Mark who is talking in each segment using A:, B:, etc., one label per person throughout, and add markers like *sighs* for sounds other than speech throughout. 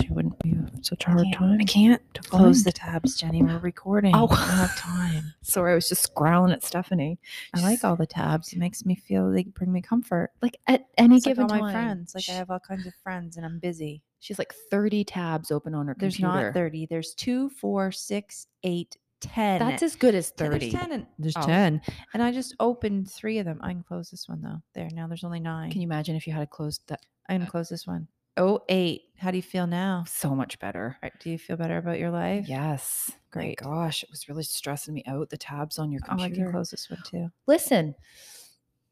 A: She wouldn't be such a hard
B: Can't-
A: time.
B: I can't
A: to
B: close the
A: find.
B: tabs, Jenny. We're recording.
A: Oh.
B: I don't have *laughs* time.
A: Sorry, I was just growling at Stephanie.
B: I like all the tabs. It makes me feel they bring me comfort.
A: Like at any
B: It's like
A: given
B: all
A: time,
B: my friends. Like
A: she-
B: I have all kinds of friends, and I'm busy.
A: she's like thirty tabs open on her
B: There's
A: computer.
B: not thirty. There's two, four, six, eight, ten.
A: That's as good as
B: Ten-
A: thirty.
B: There's ten. And, there's
A: Oh.
B: ten, and I just opened three of them. I can close this one though. There now. There's only nine.
A: Can you imagine if you had closed that?
B: I'm gonna close this one. Oh eight. How do you feel now?
A: oh, So much better.
B: All right, do you feel better about your life?
A: Yes.
B: Great.
A: My gosh, it was really stressing me out. The tabs on your
B: Oh, I
A: computer.
B: can close this one too.
A: Listen,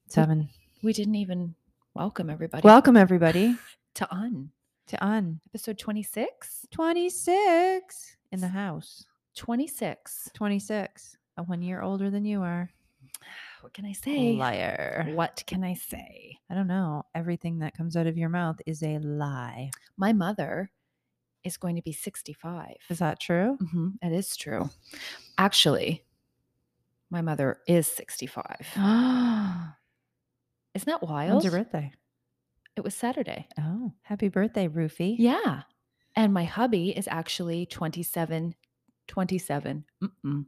B: Seven.
A: we didn't even welcome everybody.
B: Welcome e everybody
A: to Un
B: *sighs* to Un
A: episode 26.
B: 26 in the house.
A: 26.
B: 26. I'm one year older than you are.
A: What can I say?
B: Liar.
A: What can I say?
B: I don't know. Everything that comes out of your mouth is a lie.
A: My mother is going to be 65.
B: Is that *gasps* mm-hmm. true?
A: Mhm, That is true. Actually, my mother is
B: *gasps*
A: 65.
B: When's
A: Isn't that wild?
B: your birthday?
A: It was Saturday.
B: Oh, happy birthday, Rufy.
A: Yeah. And my hubby is actually 27, 27, mm-mm,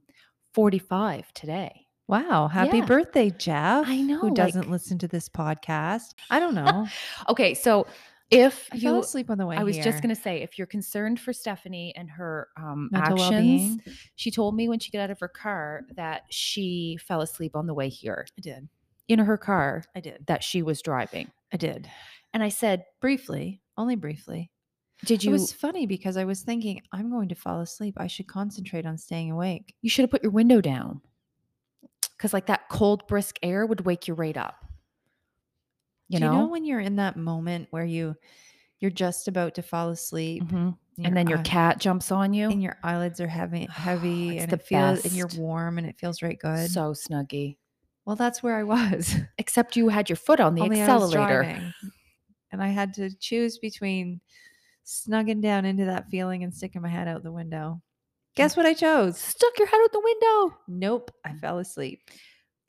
A: 45 today.
B: Wow. Happy
A: Yeah.
B: birthday, Jeff.
A: I know,
B: Who doesn't
A: like-
B: listen to this podcast? I don't know.
A: Okay. So if
B: *laughs* I
A: you,
B: fell asleep on the way.
A: I was just going
B: here.
A: to say, if you're concerned for Stephanie and her um,
B: mental
A: actions,
B: well-being.
A: she told me when she got out of her car that she fell asleep on the way here
B: I did.
A: in her car
B: I did.
A: that she was driving.
B: I did.
A: And I said,
B: Briefly, only briefly.
A: Did you?
B: It was funny because I was thinking, I'm going to fall asleep. I should concentrate on staying awake.
A: you should have put your window down because like that cold brisk air would wake you right up you
B: Do
A: know,
B: you know when you're in that moment where you you're just about to fall asleep
A: Mhm. and then your
B: eye-
A: cat jumps on you
B: and your eyelids
A: *sighs*
B: are heavy heavy
A: It's
B: and
A: the
B: it feels and you're
A: best.
B: warm and it feels right good.
A: so snuggy
B: well, that's where I was. *laughs*
A: except you had your foot on the
B: only I was
A: accelerator
B: driving. and I had to choose between snugging down into that feeling and sticking my head out the window.
A: Mm.
B: Guess what I chose?
A: stuck your head out the window
B: Nope, I fell asleep.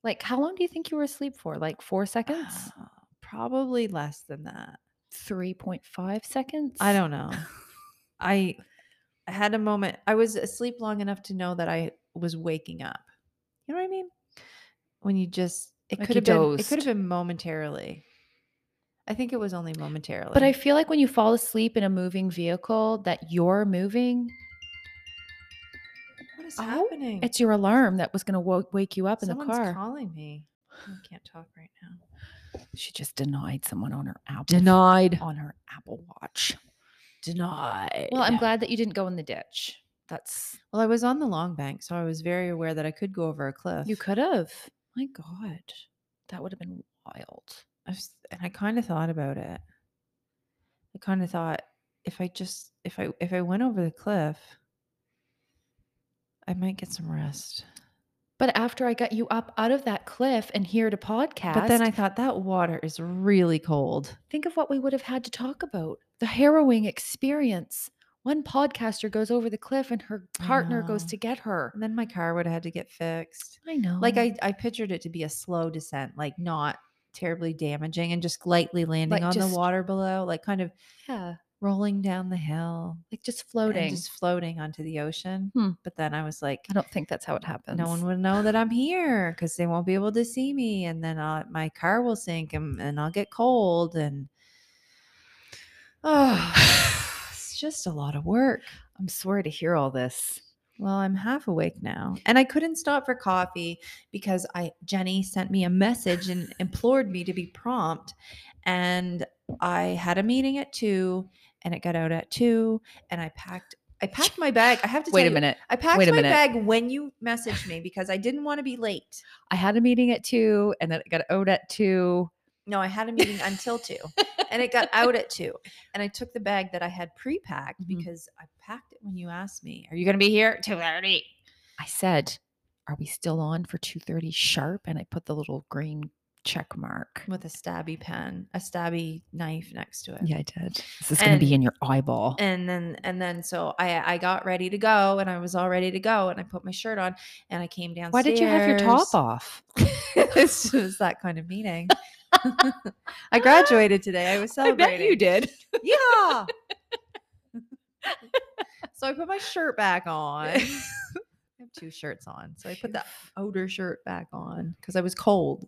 A: like how long do you think you were asleep for like four seconds
B: *sighs* Probably less than that.
A: 3.5 seconds
B: *laughs* I don't know. I I had a moment. I was asleep long enough to know that I was waking up. You know what I mean? When you just it
A: Like
B: could
A: you
B: have been it could
A: dozed.
B: have been momentarily. I think it was only momentarily.
A: but i feel like when you fall asleep in a moving vehicle that you're moving
B: what is
A: Oh,
B: happening?
A: it's your alarm that was going to wo- wake you up in
B: Mm-hmm. Someone's
A: the car
B: calling me. I can't talk right now.
A: she just denied someone on her apple
B: Denied.
A: on her apple watch
B: Denied.
A: Well, I'm glad that you didn't go in the ditch. That's
B: Well, I was on the long bank, so I was very aware that I could go over a cliff.
A: you could have. My God, that would have been wild.
B: I was, and I kind of thought about it. I kind of thought if I just if I if I went over the cliff, I might get some rest.
A: But after I got you up out of that cliff and here to podcast,
B: But then I thought that water is really cold.
A: think of what we would have had to talk about the harrowing experience. One podcaster goes over the cliff and her
B: I
A: partner goes
B: know.
A: to get her.
B: And then my car would have had to get fixed.
A: I know.
B: Like I I pictured it to be a slow descent, like not terribly damaging and just lightly landing
A: Like
B: on
A: just-
B: the water below, like kind of
A: yeah,
B: rolling down the hill
A: like just
B: and
A: floating.
B: just floating onto the ocean.
A: Hmm.
B: But then I was like,
A: I don't think that's how it happens.
B: No *laughs* one will know that I'm here because they won't be able to see me, and then i my car will sink, and, and I'll get cold, *sighs* and oh, it's just a lot of work.
A: *sighs* I'm sorry to hear all this.
B: Well, I'm half awake now, and I couldn't stop for coffee because I Jenny sent me a message and implored me to be prompt, and I had a meeting at two, and it got out at two, and I packed. I packed my bag. I have to
A: Wait
B: tell
A: a
B: you,
A: minute.
B: I packed
A: Wait a
B: my
A: minute.
B: bag when you messaged me because I didn't want to be late.
A: I had a meeting at two and then it got out at two.
B: No, I had a meeting until two and it got out at two. And I took the bag that I had pre packed
A: Mhm.
B: because I packed it when you asked me, Are you going to be here? at 2.30.
A: I said, "Are we still on for 2:30 sharp?" and I put the little green check mark.
B: with a stabby pen, a stabby knife next to it.
A: Yeah, I did. This is going to be in your eyeball.
B: And then and then so I I got ready to go and I was all ready to go and I put my shirt on and I came downstairs.
A: Why did you have your top off?
B: this *laughs* was that kind of meeting. *laughs*
A: *laughs*
B: I graduated today. I was celebrating.
A: did.
B: Yeah. *laughs* so I put my shirt back
A: *laughs*
B: on. I have two shirts on. So I put the outer shirt back on because I was cold.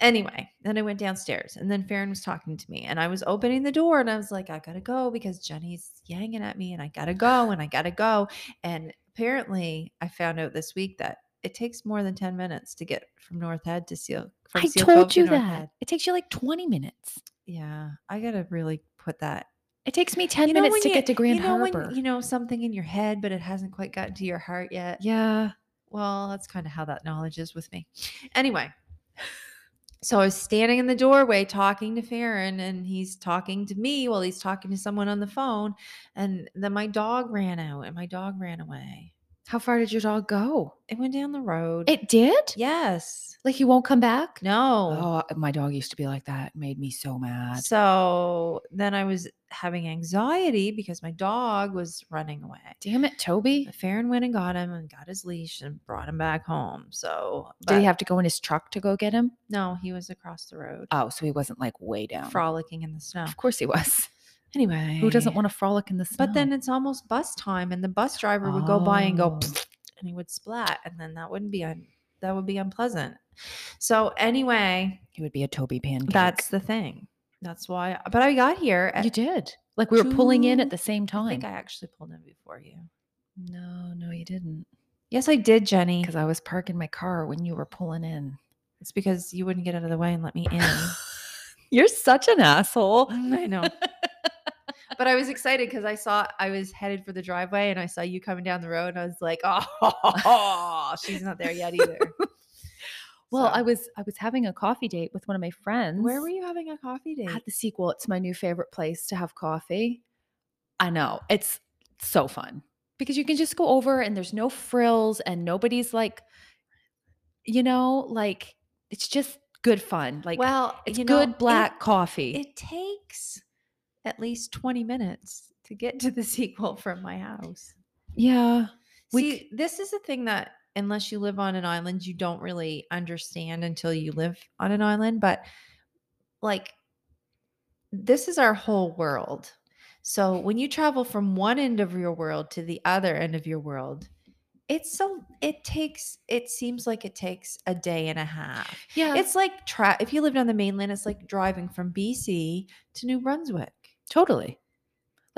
B: Anyway, then I went downstairs and then Farron was talking to me and I was opening the door and I was like, I gotta go because Jenny's yanging at me and I gotta go and I gotta go. And apparently I found out this week that it takes more than 10 minutes to get from North Head to Seal. From
A: I
B: Seal Cove
A: told
B: to
A: you
B: North
A: that.
B: Head.
A: It takes you like 20 minutes.
B: Yeah. I gotta really put that
A: It takes me 10
B: you know
A: minutes
B: when
A: to
B: you-
A: get to Grand
B: you know when
A: Harbor.
B: you know something in your head, but it hasn't quite gotten to your heart yet.
A: yeah.
B: Well, that's kind of how that knowledge is with me. Anyway, *laughs* so I was standing in the doorway talking to Farron, and he's talking to me while he's talking to someone on the phone. And then my dog ran out, and my dog ran away.
A: How far did your dog go?
B: It went down the road.
A: It did?
B: yes.
A: Like he won't come back?
B: No.
A: Oh, my dog used to be like that. It made me so mad.
B: So then I was having anxiety because my dog was running away.
A: Damn it, Toby.
B: Farron went and got him and got his leash and brought him back home. So
A: Did
B: but
A: he have to go in his truck to go get him?
B: no, he was across the road
A: Oh, so he wasn't like way down.
B: frolicking in the snow.
A: Of course he was.
B: Anyway.
A: *laughs* Who *laughs* doesn't want to frolic in the snow?
B: But then it's almost bus time and the bus driver would go by and go
A: Oh.
B: "Pfft," and he would splat and then that wouldn't be un- that would be unpleasant. So anyway,
A: he would be a Toby pancake.
B: that's the thing. That's why but I got here at
A: you did. Like we were pulling in at
B: two-
A: the same time.
B: I think I actually pulled in before you.
A: no, no, you didn't.
B: Yes, I did, Jenny.
A: Because I was parking my car when you were pulling *laughs* in.
B: It's because you wouldn't get out of the way and let me in.
A: You're such an *laughs* asshole.
B: Mm, I know. but I was excited because I saw I was headed for the driveway and I saw you coming down the road and I was like, oh, *laughs* she's not there yet either.
A: *laughs* Well, I
B: So-
A: was I was having a coffee date with one of my friends.
B: Where were you having a coffee date?
A: At the sequel. It's my new favorite place to have coffee. I know. It's so fun. Because you can just go over and there's no frills and nobody's like, you know, like it's just good fun. Like
B: well,
A: it's
B: you know,
A: good black coffee.
B: It, it takes at least 20 minutes to get to the *laughs* sequel from my house.
A: yeah. We
B: See,
A: c-
B: this is a thing that unless you live on an island, you don't really understand until you live on an island. But like, this is our whole world. So when you travel from one end of your world to the other end of your world, it's so it takes it seems like it takes a day and a half.
A: Yeah. It's
B: It's like tra- if you lived on the mainland, it's like driving from BC to New Brunswick.
A: totally.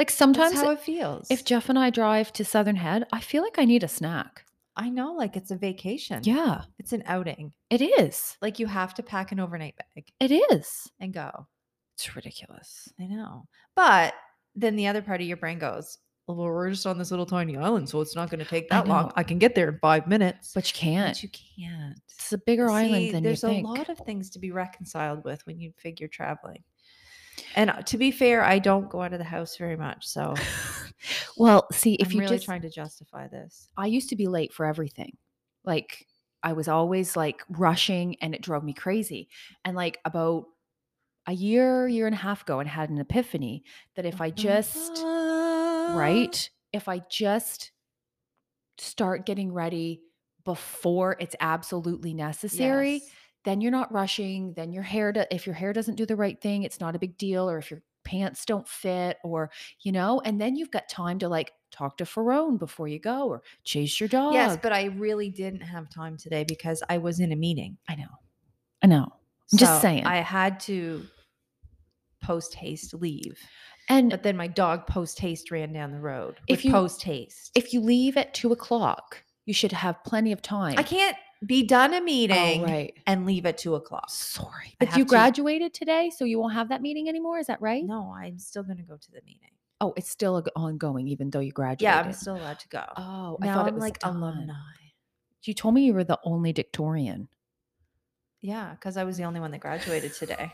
A: Like
B: That's
A: sometimes
B: how it feels.
A: if Jeff and I drive to Southern Head, I feel like I need a snack.
B: I know, like it's a vacation.
A: Yeah.
B: it's an outing.
A: It is.
B: Like you have to pack an overnight bag
A: It is.
B: and go.
A: It's ridiculous.
B: I know. But then the other part of your brain goes, well, we're just on this little tiny island, so it's not going to take
A: I
B: that long.
A: know.
B: I can get there in five minutes.
A: But you can't.
B: But you can't.
A: it's a bigger
B: See,
A: island than you
B: there's
A: think.
B: a lot of things to be reconciled with when you figure traveling. And uh, to be fair, I don't go out of the house very much, *sighs* so
A: well, see, if
B: I'm
A: you
B: really
A: just,
B: trying to justify this.
A: I used to be late for everything. Like I was always like rushing, and it drove me crazy. And like about a year, year and a half ago, and had an epiphany that if
B: Oh
A: I just right? If I just start getting ready before it's absolutely necessary,
B: Yes.
A: then you're not rushing. Then your hair, do- if your hair doesn't do the right thing, it's not a big deal. Or if your pants don't fit, or, you know, and then you've got time to like talk to Farone before you go or chase your dog.
B: Yes, but I really didn't have time today because I was in a meeting.
A: I know. I know. I'm just saying.
B: I had to post haste leave.
A: And
B: But then my dog post haste ran down the road.
A: If
B: If
A: you-
B: you post haste,
A: if you leave at two o'clock, you should have plenty of time.
B: I can't be done a meeting
A: Oh, right.
B: and leave at two o'clock.
A: Sorry,
B: I
A: but you
B: have to-
A: graduated today, so you won't have that meeting anymore. Is that right?
B: No, I'm still going to go to the meeting.
A: Oh, it's still ag- ongoing, even though you graduated.
B: Yeah, I'm still allowed to go.
A: Oh, I
B: now
A: thought
B: I'm
A: it was
B: like
A: done.
B: alumni.
A: You told me you were the only Dictorian.
B: Yeah, because I was the only one that graduated today.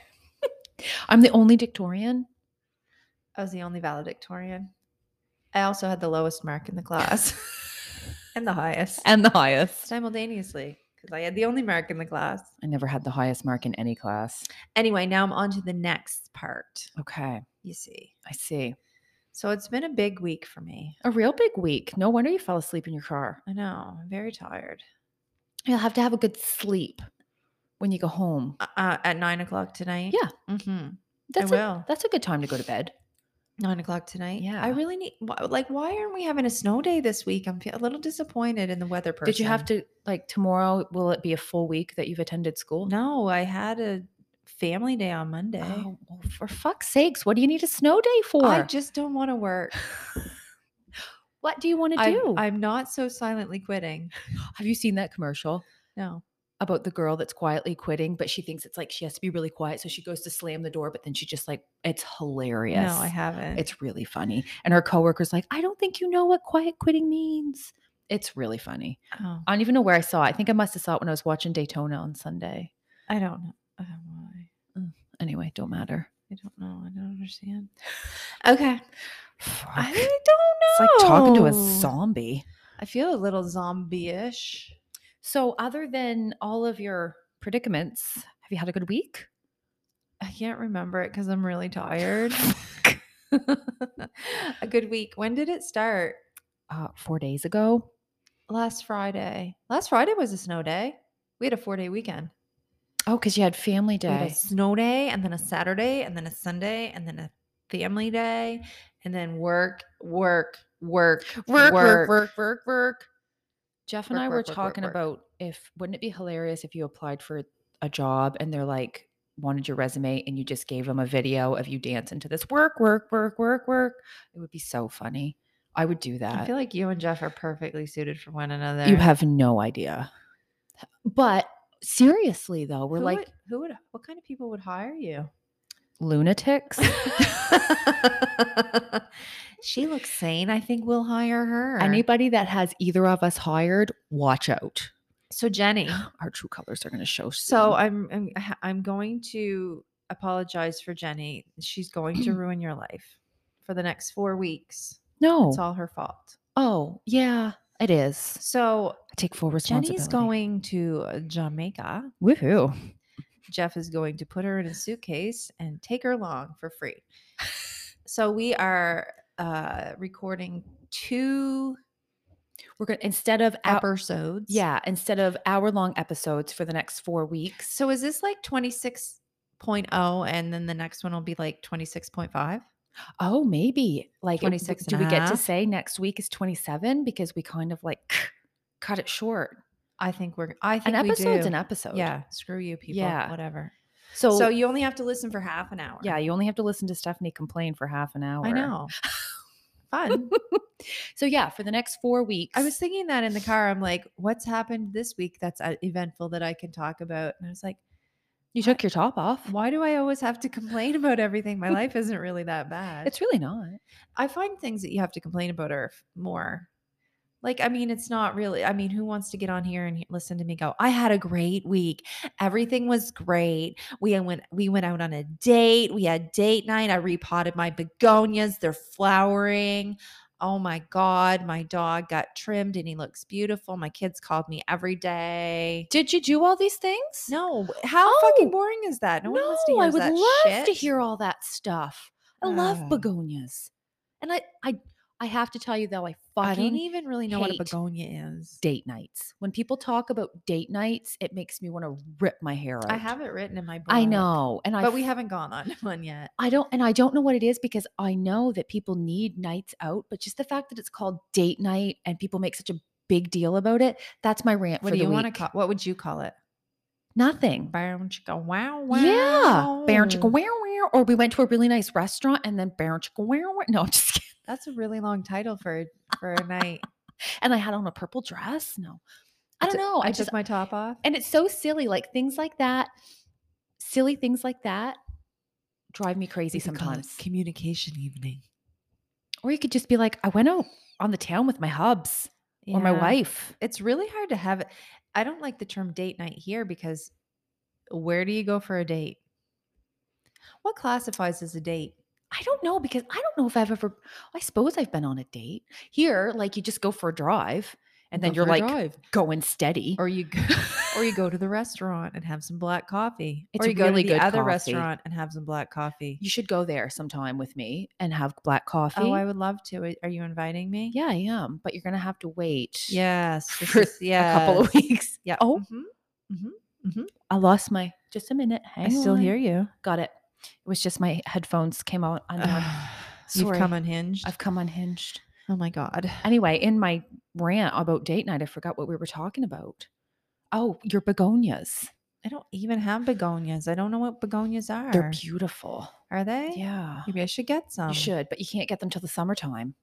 A: I'm the only Dictorian.
B: I was the only valedictorian. I
A: *laughs*
B: also had the lowest mark in the class and the highest
A: and the highest.
B: simultaneously because I had the only mark in the class.
A: I never had the highest mark in any class.
B: Anyway, now I'm on to the next part,
A: Okay.
B: you see.
A: I see.
B: So it's been a big week for me.
A: A real big week. No wonder you fell asleep in your car.
B: I know, I'm very tired.
A: You'll have to have a good sleep when you go home.
B: Uh, uh, at nine o'clock tonight?
A: Yeah.
B: Mm-hmm.
A: That's
B: I
A: a,
B: will.
A: that's a good time to go to bed.
B: Nine o'clock tonight? I
A: Yeah.
B: really need, wh- like, why aren't we having a snow day this week? I'm fe- a little disappointed in the weather person.
A: Did you have to like tomorrow? Will it be a full week that you've attended school?
B: No, I had a family day on Monday.
A: Oh, well, for fuck's sakes, what do you need a snow day for?
B: I just don't want to work.
A: *laughs* what do you want to
B: I
A: do?
B: I'm not so silently quitting.
A: have you seen that commercial
B: No.
A: about the girl that's quietly quitting, but she thinks it's like she has to be really quiet, so she goes to slam the door, but then she just like it's hilarious.
B: No, I haven't.
A: It's really funny. And her coworker's like, I don't think you know what quiet quitting means. It's really funny.
B: oh,
A: I don't even know where I saw it. I think I must have saw it when I was watching Daytona on Sunday.
B: I don't know. I don't know why.
A: Anyway, don't matter.
B: I don't know. I
A: *sighs*
B: don't understand. Okay. I
A: Fuck.
B: don't know.
A: It's like talking to a zombie.
B: I feel a little zombie-ish.
A: So, other than all of your predicaments, have you had a good week?
B: I can't remember it because I'm really tired. *laughs* a good week. When did it start?
A: Uh, four days ago.
B: Last Friday. Last Friday was a snow day. We had a four-day weekend.
A: Oh, because you had family
B: We had a
A: day.
B: snow day and then a Saturday and then a Sunday and then a family day and then work, work, work,
A: work, work, work. Jeff and
B: Work,
A: I
B: work,
A: were
B: work, work,
A: talking
B: work.
A: about if wouldn't it be hilarious if you applied for a job and they're like wanted your resume and you just gave them a video of you dancing to this work, work, work, work, work. It would be so funny. I would do that.
B: I feel like you and Jeff are perfectly suited for one another.
A: You have no idea. But seriously, though, we're
B: Who
A: like
B: would- who would what kind of people would hire you?
A: *laughs* lunatics.
B: *laughs* she looks sane. I think we'll hire her.
A: Anybody that has either of us hired, watch out. *gasps*
B: so Jenny.
A: Our true colors are going to show.
B: So
A: soon.
B: I'm, I'm ha- I'm going to apologize for Jenny. She's going to ruin your life for the next four weeks.
A: no.
B: It's all her fault.
A: Oh, yeah, it is.
B: So
A: I take full responsibility.
B: Jenny's going to uh, Jamaica.
A: Woohoo.
B: Jeff is going to put her in a suitcase and take her along for free. So we are uh, recording two
A: We're going to, instead of, hour,
B: episodes.
A: yeah, instead of hour long episodes for the next four weeks.
B: So is this like 26.0 and then the next one will be like 26.5?
A: Oh, maybe. Like, it-
B: 26
A: do
B: and
A: we
B: a
A: get to
B: half.
A: say next week is 27? Because we kind of like *laughs* cut it short.
B: I think we're I
A: An
B: think we
A: episode's
B: do.
A: an episode.
B: Yeah, screw you people.
A: Yeah.
B: Whatever.
A: So,
B: so you only have to listen for half an hour.
A: yeah, you only have to listen to Stephanie complain for half an hour.
B: I *laughs* know. Fun.
A: So, yeah, for the next four weeks.
B: I was thinking that in the car. I'm like, what's happened this week that's uh, eventful that I can talk about? And I was like,
A: you took your top off.
B: why do I always have to complain about everything? *laughs* My life isn't really that bad.
A: It's really not.
B: I find things that you have to complain about are f- more. Like, I mean, it's not really. I mean, who wants to get on here and he- listen to me go? I had a great week. Everything was great. We uh, went. We went out on a date. We had date night. I repotted my begonias. They're flowering. Oh my god, my dog got trimmed and he looks beautiful. My kids called me every day.
A: Did you do all these things?
B: No, how fucking
A: Oh,
B: boring is that? No, one wants to hear
A: I would
B: that
A: love to
B: shit.
A: hear all that stuff. I love
B: Ugh.
A: begonias, and I, I, I have to tell you though, I
B: I
A: fucking
B: don't e even really know what a
A: hate
B: begonia is.
A: date nights. When people talk about date nights, it makes me want to rip my hair out.
B: I have it written in my book.
A: I know, and I,
B: But we
A: f-
B: haven't gone on *laughs* one yet.
A: I don't, and I don't know what it is because I know that people need nights out, but just the fact that it's called date night and people make such a big deal about it, that's my rant.
B: What
A: for
B: do
A: the
B: you want to
A: week.
B: call what would you call it?
A: Nothing.
B: Baron chicken wow
A: Yeah, Baron chicken
B: wow.
A: wow wow. Or we went to a really nice restaurant and then Baron chicken wow wow. No, I'm just kidding.
B: That's a really long title for for a night.
A: and I had on a purple dress. No, I don't
B: took-
A: know. I,
B: I,
A: just,
B: took my top off.
A: and it's so silly. Like things like that, silly things like that drive me crazy
B: We could call it
A: sometimes.
B: Communication evening.
A: Or you could just be like, I went out on the town with my hubs or my
B: Yeah.
A: wife.
B: It's really hard to have it. I don't like the term date night here because where do you go for a date? What classifies as a date?
A: I don't know because I don't know if I've ever, I suppose I've been on a date here. Like you just go for a drive and then
B: Go
A: you're
B: for a
A: like
B: drive.
A: going steady.
B: or you go, *laughs* or you go to the restaurant and have some black coffee,
A: It's
B: or you go
A: really
B: to the
A: good
B: other
A: coffee.
B: restaurant and have some black coffee.
A: you should go there sometime with me and have black coffee.
B: Oh, I would love to. Are- Are you inviting me?
A: yeah, I am, but you're gonna have to wait. *laughs*
B: Yes.
A: For
B: yeah.
A: a couple of *laughs* weeks.
B: Yeah.
A: Oh.
B: mhm.
A: I lost my just a minute. Hang
B: I still
A: on.
B: hear you.
A: Got it. It was just my headphones came out
B: *sighs*
A: *sighs* undone.
B: You've
A: Sorry.
B: come unhinged.
A: I've come unhinged.
B: oh my god.
A: Anyway, in my rant about date night, I forgot what we were talking about. Oh, your begonias.
B: I don't even have begonias. I don't know what begonias are.
A: They're beautiful.
B: Are they?
A: Yeah.
B: Maybe I should get some.
A: you should, but you can't get them till the summertime.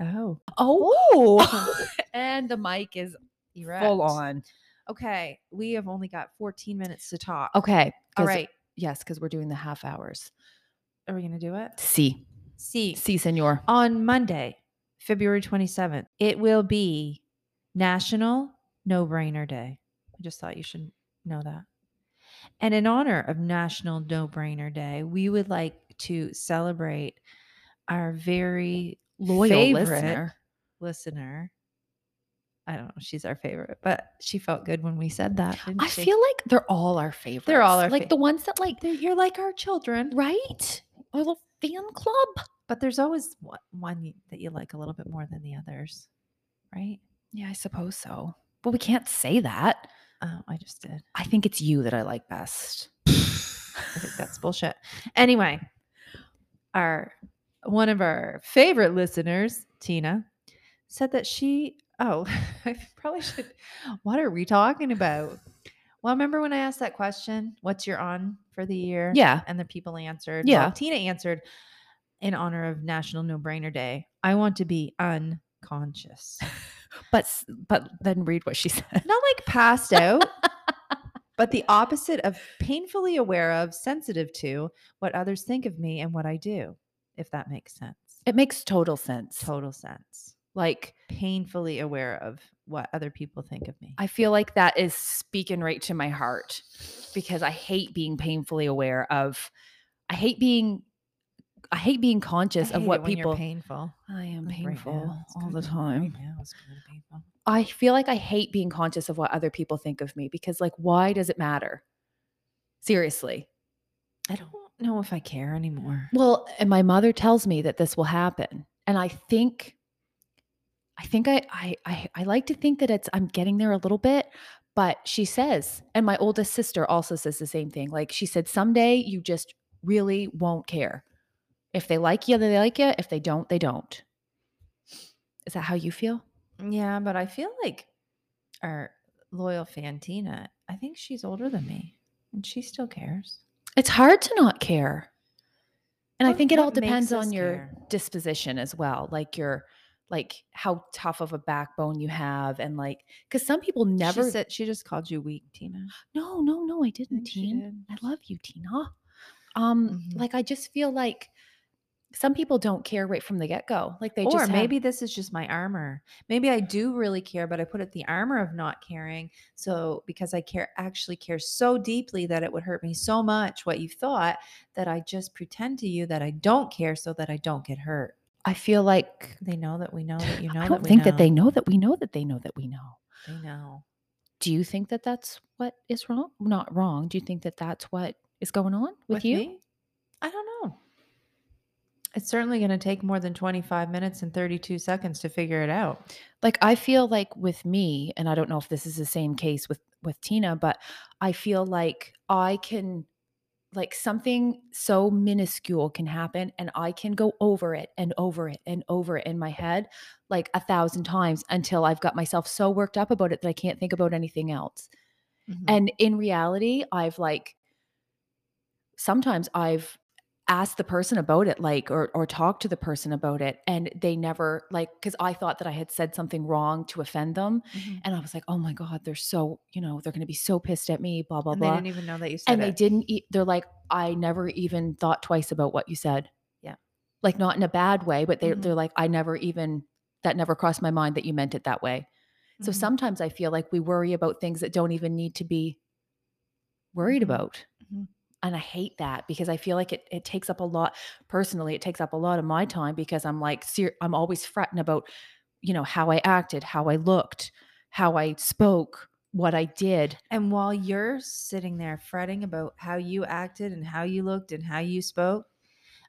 B: Oh.
A: Oh. *laughs* and the mic is full
B: erect.
A: on.
B: Okay. We have only got 14 minutes to talk.
A: Okay.
B: All
A: 'cause-
B: right.
A: Yes, because we're doing the half hours.
B: Are we gonna do it?
A: See.
B: See.
A: See, senor.
B: On Monday, February 27th, it will be National No Brainer Day. I just thought you should know that. And in honor of National No Brainer Day, we would like to celebrate our very
A: Loyal
B: favorite
A: listener.
B: listener. I don't know, she's our favorite, but she felt good when we said that. didn't
A: I
B: she?
A: feel like they're all our favorites.
B: Um, all our
A: like
B: fa-
A: the ones that like
B: They're- you're like our children,
A: right? Our little fan club.
B: but there's always one- one you- that you like a little bit more than the others, right?
A: Yeah, I suppose so. But we can't say that.
B: Oh, I just did.
A: I think it's you that I like best.
B: I think that's bullshit. Anyway, our one of our favorite listeners, Tina, said that she oh, *laughs* I probably should what are we talking about? Well, remember when I asked that question, what's your on for the year?
A: Yeah.
B: And the people answered. well,
A: Yeah.
B: Tina answered in honor of National No Brainer Day. I want to be unconscious.
A: But s- but then read what she *laughs* said.
B: Not like
A: *laughs*
B: passed out, but the opposite of painfully aware of, sensitive to what others think of me and what I do, if that makes sense.
A: It makes total sense.
B: Total sense.
A: Like
B: Painfully aware of what other people think of me.
A: I feel like that is speaking right to my heart because I hate being painfully aware of I hate being I hate being conscious
B: I
A: of
B: hate it
A: what
B: when you're
A: people
B: painful.
A: I am
B: Like right now,
A: painful
B: it's
A: all
B: kinda-
A: the time.
B: Right now it's kind of painful.
A: I feel like I hate being conscious of what other people think of me because like why does it matter? Seriously.
B: I don't know if I care anymore.
A: Well, and my mother tells me that this will happen. And I think I think I I I, I like to think that it's I'm getting there a little bit, but she says, and my oldest sister also says the same thing. Like she said, someday you just really won't care. If they like you, they like you. If they don't, they don't. Is that how you feel?
B: Yeah, but I feel like our loyal fan Tina, I think she's older than me and she still cares.
A: It's hard to not care. And I
B: What-
A: think it all
B: what makes
A: depends
B: us
A: on your
B: care?
A: disposition as well, like your like how tough of a backbone you have and like cuz some people never
B: She said she just called you weak, Tina.
A: No, no, no, I didn't,
B: think she
A: Teen.
B: did.
A: I love you, Tina. Um
B: Mhm.
A: like I just feel like some people don't care right from the get-go. Like they
B: or
A: just have-
B: maybe this is just my armor. Maybe I do really care, but I put up the armor of not caring. So because I care, actually care so deeply that it would hurt me so much what you thought that I just pretend to you that I don't care so that I don't get hurt.
A: I feel like
B: They know that we know that you know
A: I
B: that
A: don't
B: we
A: think that they
B: know.
A: know that we know that they know that we know.
B: They know.
A: Do you think that that's what is wrong? Not wrong. Do you think that that's what is going on with, you?
B: me? I don't know. It's certainly going to take more than 25 minutes and 32 seconds to figure it out.
A: like i feel like with me and i don't know if this is the same case with with tina but i feel like i can like something so minuscule can happen and i can go over it and over it and over it in my head like a thousand times until i've got myself so worked up about it that i can't think about anything else
B: And
A: and in reality, I've like sometimes I've asked the person about it, like or or talked to the person about it, and they never like because I thought that I had said something wrong to offend them,
B: Mm-hmm.
A: and I was like, oh my god, they're so you know they're gonna be so pissed at me, blah blah
B: And they
A: blah,
B: didn't even know that you said
A: and they
B: it.
A: didn't. E- they're like, I never even thought twice about what you said.
B: Yeah.
A: like not in a bad way, but they
B: Mhm.
A: they're like, I never even that never crossed my mind that you meant it that way. So
B: Mhm.
A: sometimes I feel like we worry about things that don't even need to be worried
B: Mhm.
A: about.
B: Mhm.
A: And I hate that because I feel like it, it takes up a lot personally, it takes up a lot of my time because I'm like ser- I'm always fretting about you know, how I acted, how I looked, how I spoke, what I did.
B: And while you're sitting there fretting about how you acted and how you looked and how you spoke,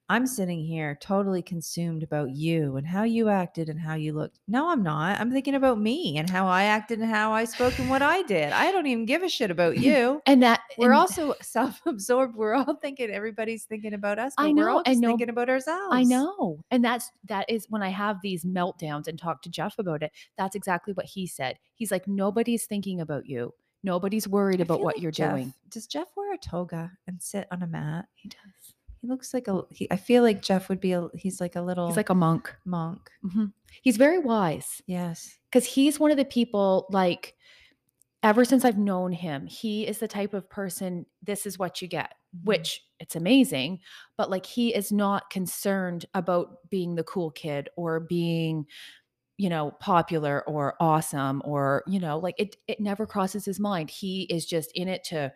B: I'm sitting here totally consumed about you and how you acted and how you looked. No, I'm not. I'm thinking about me and how I acted and how I spoke and what I did. I don't even give a
A: *laughs*
B: shit about you.
A: And that
B: We're
A: and
B: also *laughs* self-absorbed. We're all thinking everybody's thinking about us. But
A: I
B: We're
A: know,
B: all
A: I
B: just
A: know.
B: thinking about ourselves.
A: I know. And that's that is when I have these meltdowns and talk to Jeff about it. That's exactly what he said. He's like, nobody's thinking about you. Nobody's worried
B: I
A: about
B: feel
A: what
B: like
A: you're
B: Jeff-
A: doing.
B: Does Jeff wear a toga and sit on a mat?
A: He does.
B: He looks like a. He, I feel like Jeff would be a. He's like a little.
A: He's like a monk.
B: monk.
A: Mhm. He's very wise.
B: Yes.
A: because he's one of the people like ever since i've known him he is the type of person this is what you get
B: Mhm.
A: which it's amazing but like he is not concerned about being the cool kid or being you know popular or awesome or you know like it it never crosses his mind he is just in it to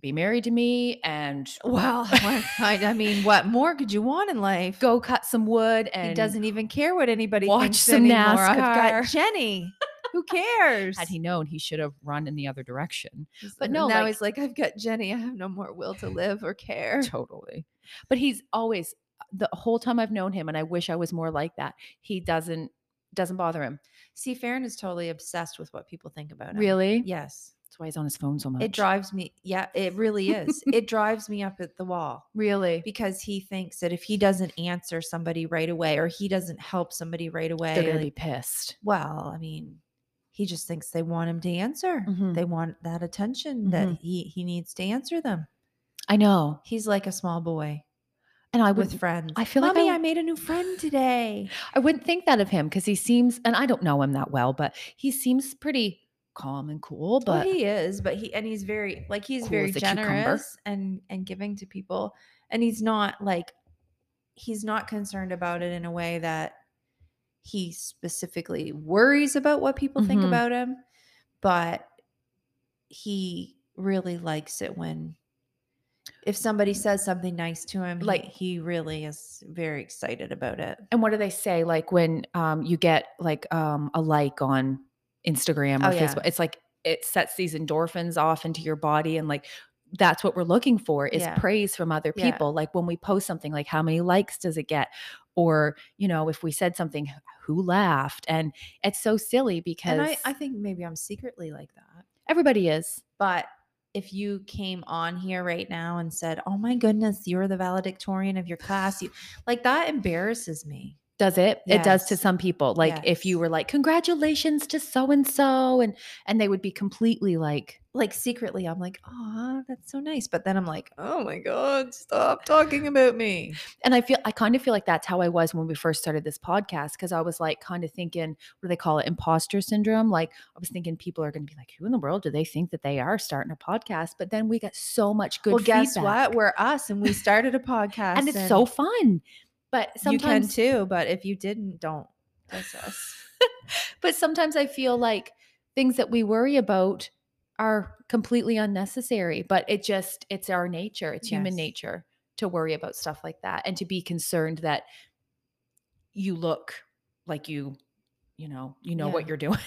A: be married to me and
B: Well, *laughs* what- I, I mean, what more could you want in life?
A: go cut some wood and
B: he doesn't even care what anybody
A: watch
B: thinks
A: some
B: anymore. I've got
A: NASCAR.
B: Jenny. *laughs* Who cares?
A: had he known he should have run in the other direction
B: He's-
A: but
B: and
A: no,
B: now
A: like-
B: he's like, I've got Jenny. I have no more will *laughs* to live or care.
A: Totally. But he's always the whole time I've known him and I wish I was more like that. He doesn't doesn't bother him.
B: See, Farron is totally obsessed with what people think about him.
A: Really?
B: Yes.
A: That's why he's on his phone so much.
B: um, It drives me. Yeah, it really *laughs* is. it drives me up at the wall.
A: really.
B: because he thinks that if he doesn't answer somebody right away or he doesn't help somebody right away,
A: They're going to
B: like,
A: be pissed.
B: well, I mean, he just thinks they want him to answer.
A: Mhm.
B: They want that attention
A: Mm-hmm.
B: that he he needs to answer them.
A: I know.
B: He's like a small boy
A: And I would
B: with friends.
A: I feel like
B: Mommy,
A: I-
B: I made a new friend today.
A: I wouldn't think that of him cuz he seems and I don't know him that well, but he seems pretty calm and cool,
B: Well,
A: but
B: he is, but he and he's very like he's
A: Cool
B: very
A: as a cucumber.
B: generous and and giving to people, and he's not like he's not concerned about it in a way that he specifically worries about what people think
A: Mhm.
B: about him, but he really likes it when if somebody says something nice to him, like
A: Like-
B: he really is very excited about it.
A: and what do they say like when um you get like um a like on Instagram or
B: Oh, yeah.
A: Facebook? It's like it sets these endorphins off into your body and like that's what we're looking for is
B: Yeah.
A: praise from other
B: Yeah.
A: people. Like when we post something like how many likes does it get or you know if we said something who laughed and it's so silly because
B: And I, I think maybe I'm secretly like that.
A: everybody is.
B: But if you came on here right now and said, "Oh my goodness, you're the valedictorian of your class," you like that embarrasses me.
A: Does it? It does to
B: Yes.
A: some people. Like if you
B: Yes.
A: were like congratulations to so and so and and they would be completely like
B: Like secretly, I'm like, "Oh, that's so nice," but then I'm like, "Oh my god, stop talking about me."
A: and I feel I kind of feel like that's how I was when we first started this podcast because I was like kind of thinking, what do they call it, imposter syndrome? Like I was thinking people are going to be like, who in the world do they think that they are starting a podcast? But then we got so much good.
B: well, guess
A: feedback,
B: what? We're us, and we started a podcast,
A: and it's so fun. But sometimes,
B: you can too. But if you didn't, don't. That's us.
A: but sometimes I feel like things that we worry about are completely unnecessary. But it just it's our nature. It's human
B: Yes.
A: nature to worry about stuff like that and to be concerned that you look like you you know you know
B: Yeah.
A: what you're doing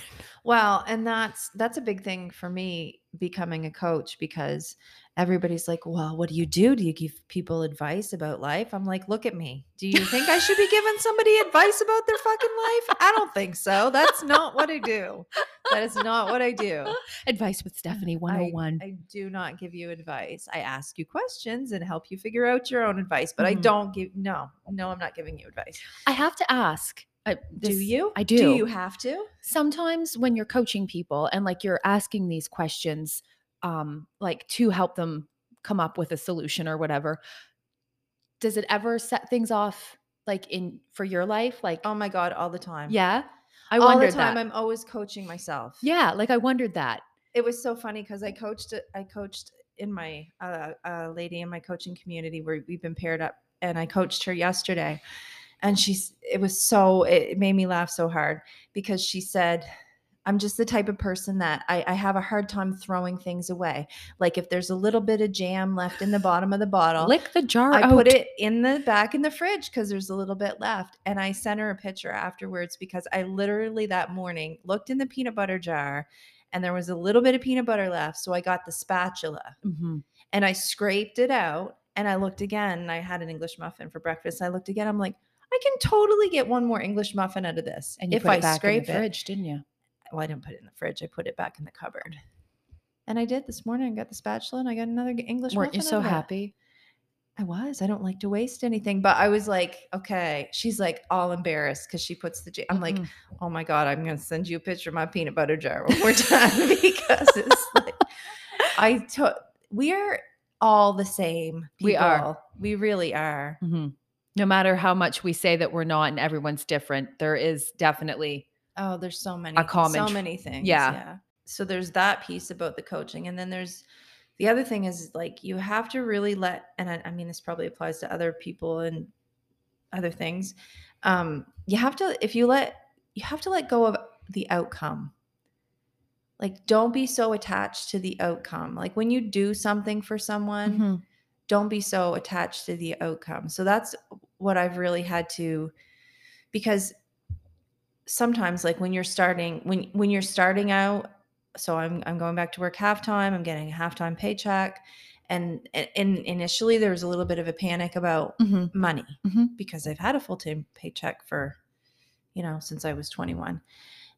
B: Well, and that's that's a big thing for me becoming a coach because everybody's like, "Well, what do you do? Do you give people advice about life?" I'm like, "Look at me. Do you think I should be giving somebody advice about their fucking life? I don't think so. That's not what I do. That is not what I do.
A: advice with stephanie 101
B: I do not give you advice. I ask you questions and help you figure out your own advice, but I
A: Mhm.
B: don't give no. No, I'm not giving you advice.
A: I have to ask. I,
B: do
A: this-
B: you?
A: I do.
B: Do you have to?
A: Sometimes when you're coaching people and like you're asking these questions, um, like to help them come up with a solution or whatever, does it ever set things off like in for your life? Like,
B: Oh my god, all the time.
A: yeah, I
B: all
A: wondered
B: the time
A: that.
B: I'm always coaching myself.
A: yeah, like I wondered that.
B: it was so funny because I coached I coached in my uh, uh, lady in my coaching community where we've been paired up, and I coached her yesterday, and she's it was so it it made me laugh so hard because she said I'm just the type of person that I, I have a hard time throwing things away. Like if there's a little bit of jam left in the bottom of the bottle,
A: Lick the jar Oh,
B: I
A: out.
B: put it in the back in the fridge because there's a little bit left. And I sent her a picture afterwards because I literally that morning looked in the peanut butter jar and there was a little bit of peanut butter left. So I got the spatula
A: Mhm.
B: and I scraped it out and I looked again and I had an English muffin for breakfast. I looked again, I'm like, I can totally get one more English muffin out of this.
A: And you
B: if
A: put
B: I
A: it back
B: scrape
A: in the fridge, didn't you?
B: it. Well, I didn't put it in the fridge. I put it back in the cupboard. And I did this morning. I got the spatula and I got another g- English
A: Weren't you
B: muffin out
A: so
B: of it.
A: happy?
B: I was. I don't like to waste anything, but I was like, okay. She's like all embarrassed because she puts the. Jam. I'm like,
A: Mm-mm.
B: oh my god, I'm gonna send you a picture of my peanut butter jar when we're done *laughs* because it's like I took. We are all the same. People.
A: We are.
B: We really are.
A: Mhm. no matter how much we say that we're not and everyone's different, there is definitely
B: Oh, there's so many.
A: common
B: so
A: tr-
B: many things.
A: yeah.
B: So there's that piece about the coaching, and then there's the other thing is like you have to really let, and I, I mean this probably applies to other people and other things. Um, you have to if you let you have to let go of the outcome. Like don't be so attached to the outcome. Like when you do something for someone, don't be so attached to the outcome. So that's what I've really had to because sometimes like when you're starting when when you're starting out so I'm I'm going back to work halftime, I'm getting a halftime paycheck and and initially there was a little bit of a panic about
A: Mhm.
B: money
A: Mhm.
B: because I've had a full-time paycheck for you know since I was 21.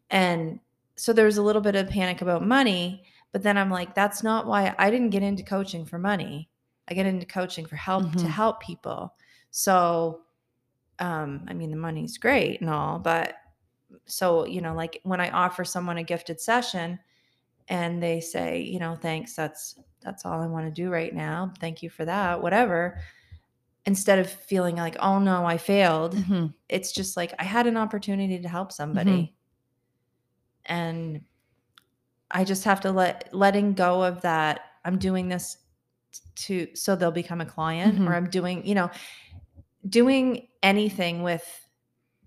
B: And so there was a little bit of panic about money, but then I'm like that's not why I didn't get into coaching for money. I get into coaching for help to
A: Mhm.
B: help people. So um I mean the money's great and all, but so you know like when I offer someone a gifted session and they say, you know, thanks, that's that's all I want to do right now. Thank you for that, whatever. Instead of feeling like, oh no, I failed,
A: Mhm.
B: it's just like I had an opportunity to help somebody. And I just have to let letting go of that. I'm doing this to so they'll become a client
A: Mhm.
B: or I'm doing, you know, doing anything with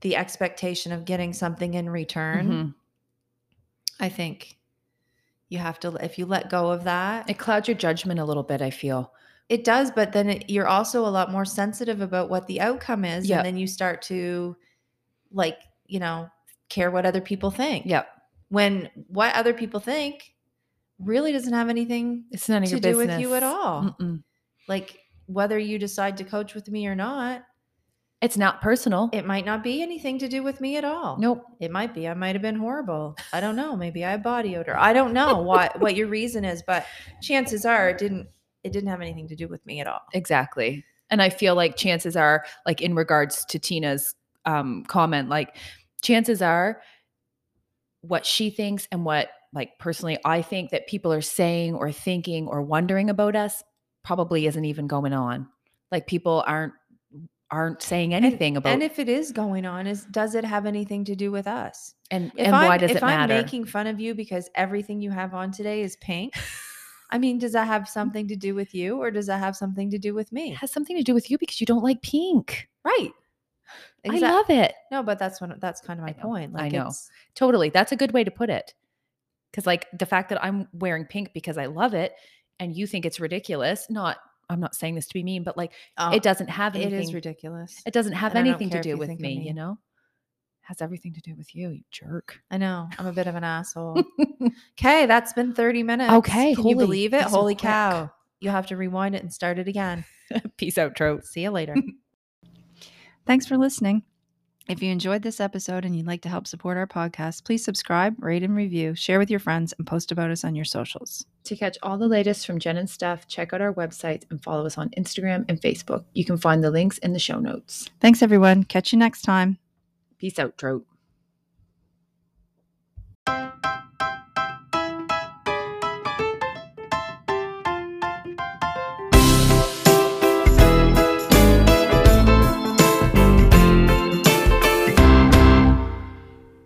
B: the expectation of getting something in return.
A: Mhm.
B: I think you have to if you let go of that.
A: It clouds your judgment a little bit, I feel.
B: It does, but then it, you're also a lot more sensitive about what the outcome is,
A: Yeah.
B: and then you start to, like, you know, care what other people think.
A: Yep.
B: When what other people think really doesn't have anything
A: It's none of
B: to
A: your
B: do
A: business. Mm.
B: with you at all.
A: Mm-mm.
B: Like whether you decide to coach with me or not,
A: It's not personal.
B: it might not be anything to do with me at all.
A: nope.
B: It might be. I might have been horrible. I don't know. Maybe I had body odor. I don't know what what your reason is, but chances are it didn't it didn't have anything to do with me at all.
A: Exactly. And I feel like chances are, like in regards to Tina's um, comment, like chances are what she thinks and what, like personally, I think that people are saying or thinking or wondering about us probably isn't even going on. Like people aren't aren't saying anything about
B: And if it is going on, is does it have anything to do with us?
A: and,
B: If
A: and
B: I'm,
A: why does
B: if
A: it
B: I'm
A: matter?
B: making fun of you because everything you have on today is
A: *laughs*
B: pink, I mean, does that have something to do with you, or does that have something to do with
A: it
B: me?
A: has something to do with you because you don't like pink.
B: Right.
A: I
B: Exact-
A: love it.
B: No, but that's one. That's kind of my
A: know.
B: point.
A: I know.
B: it's-
A: Totally. That's a good way to put it. Cause like the fact that I'm wearing pink because I love it and you think it's ridiculous, not I'm not saying this to be mean, but like
B: Oh,
A: it doesn't have
B: It
A: anything.
B: is ridiculous.
A: It doesn't have
B: and I don't
A: anything
B: care
A: to
B: if you
A: do with
B: think I'm
A: me, you
B: mean.
A: know? Has everything to do with you, you
B: *laughs*
A: jerk.
B: I know. I'm a bit of an
A: *laughs*
B: asshole. Okay, that's been 30 minutes.
A: Okay,
B: Can
A: holy-
B: you believe it?
A: that's so
B: Holy
A: quick.
B: cow. You'll have to rewind it and start it again.
A: Peace out, trout.
B: See you later. *laughs* Thanks for listening. If you enjoyed this episode and you'd like to help support our podcast, please subscribe, rate, and review, share with your friends, and post about us on your socials.
A: To catch all the latest from Jen and Steph, check out our websites and follow us on Instagram and Facebook. You can find the links in the show notes.
B: Thanks, everyone. Catch you next time.
A: Peace out, trout.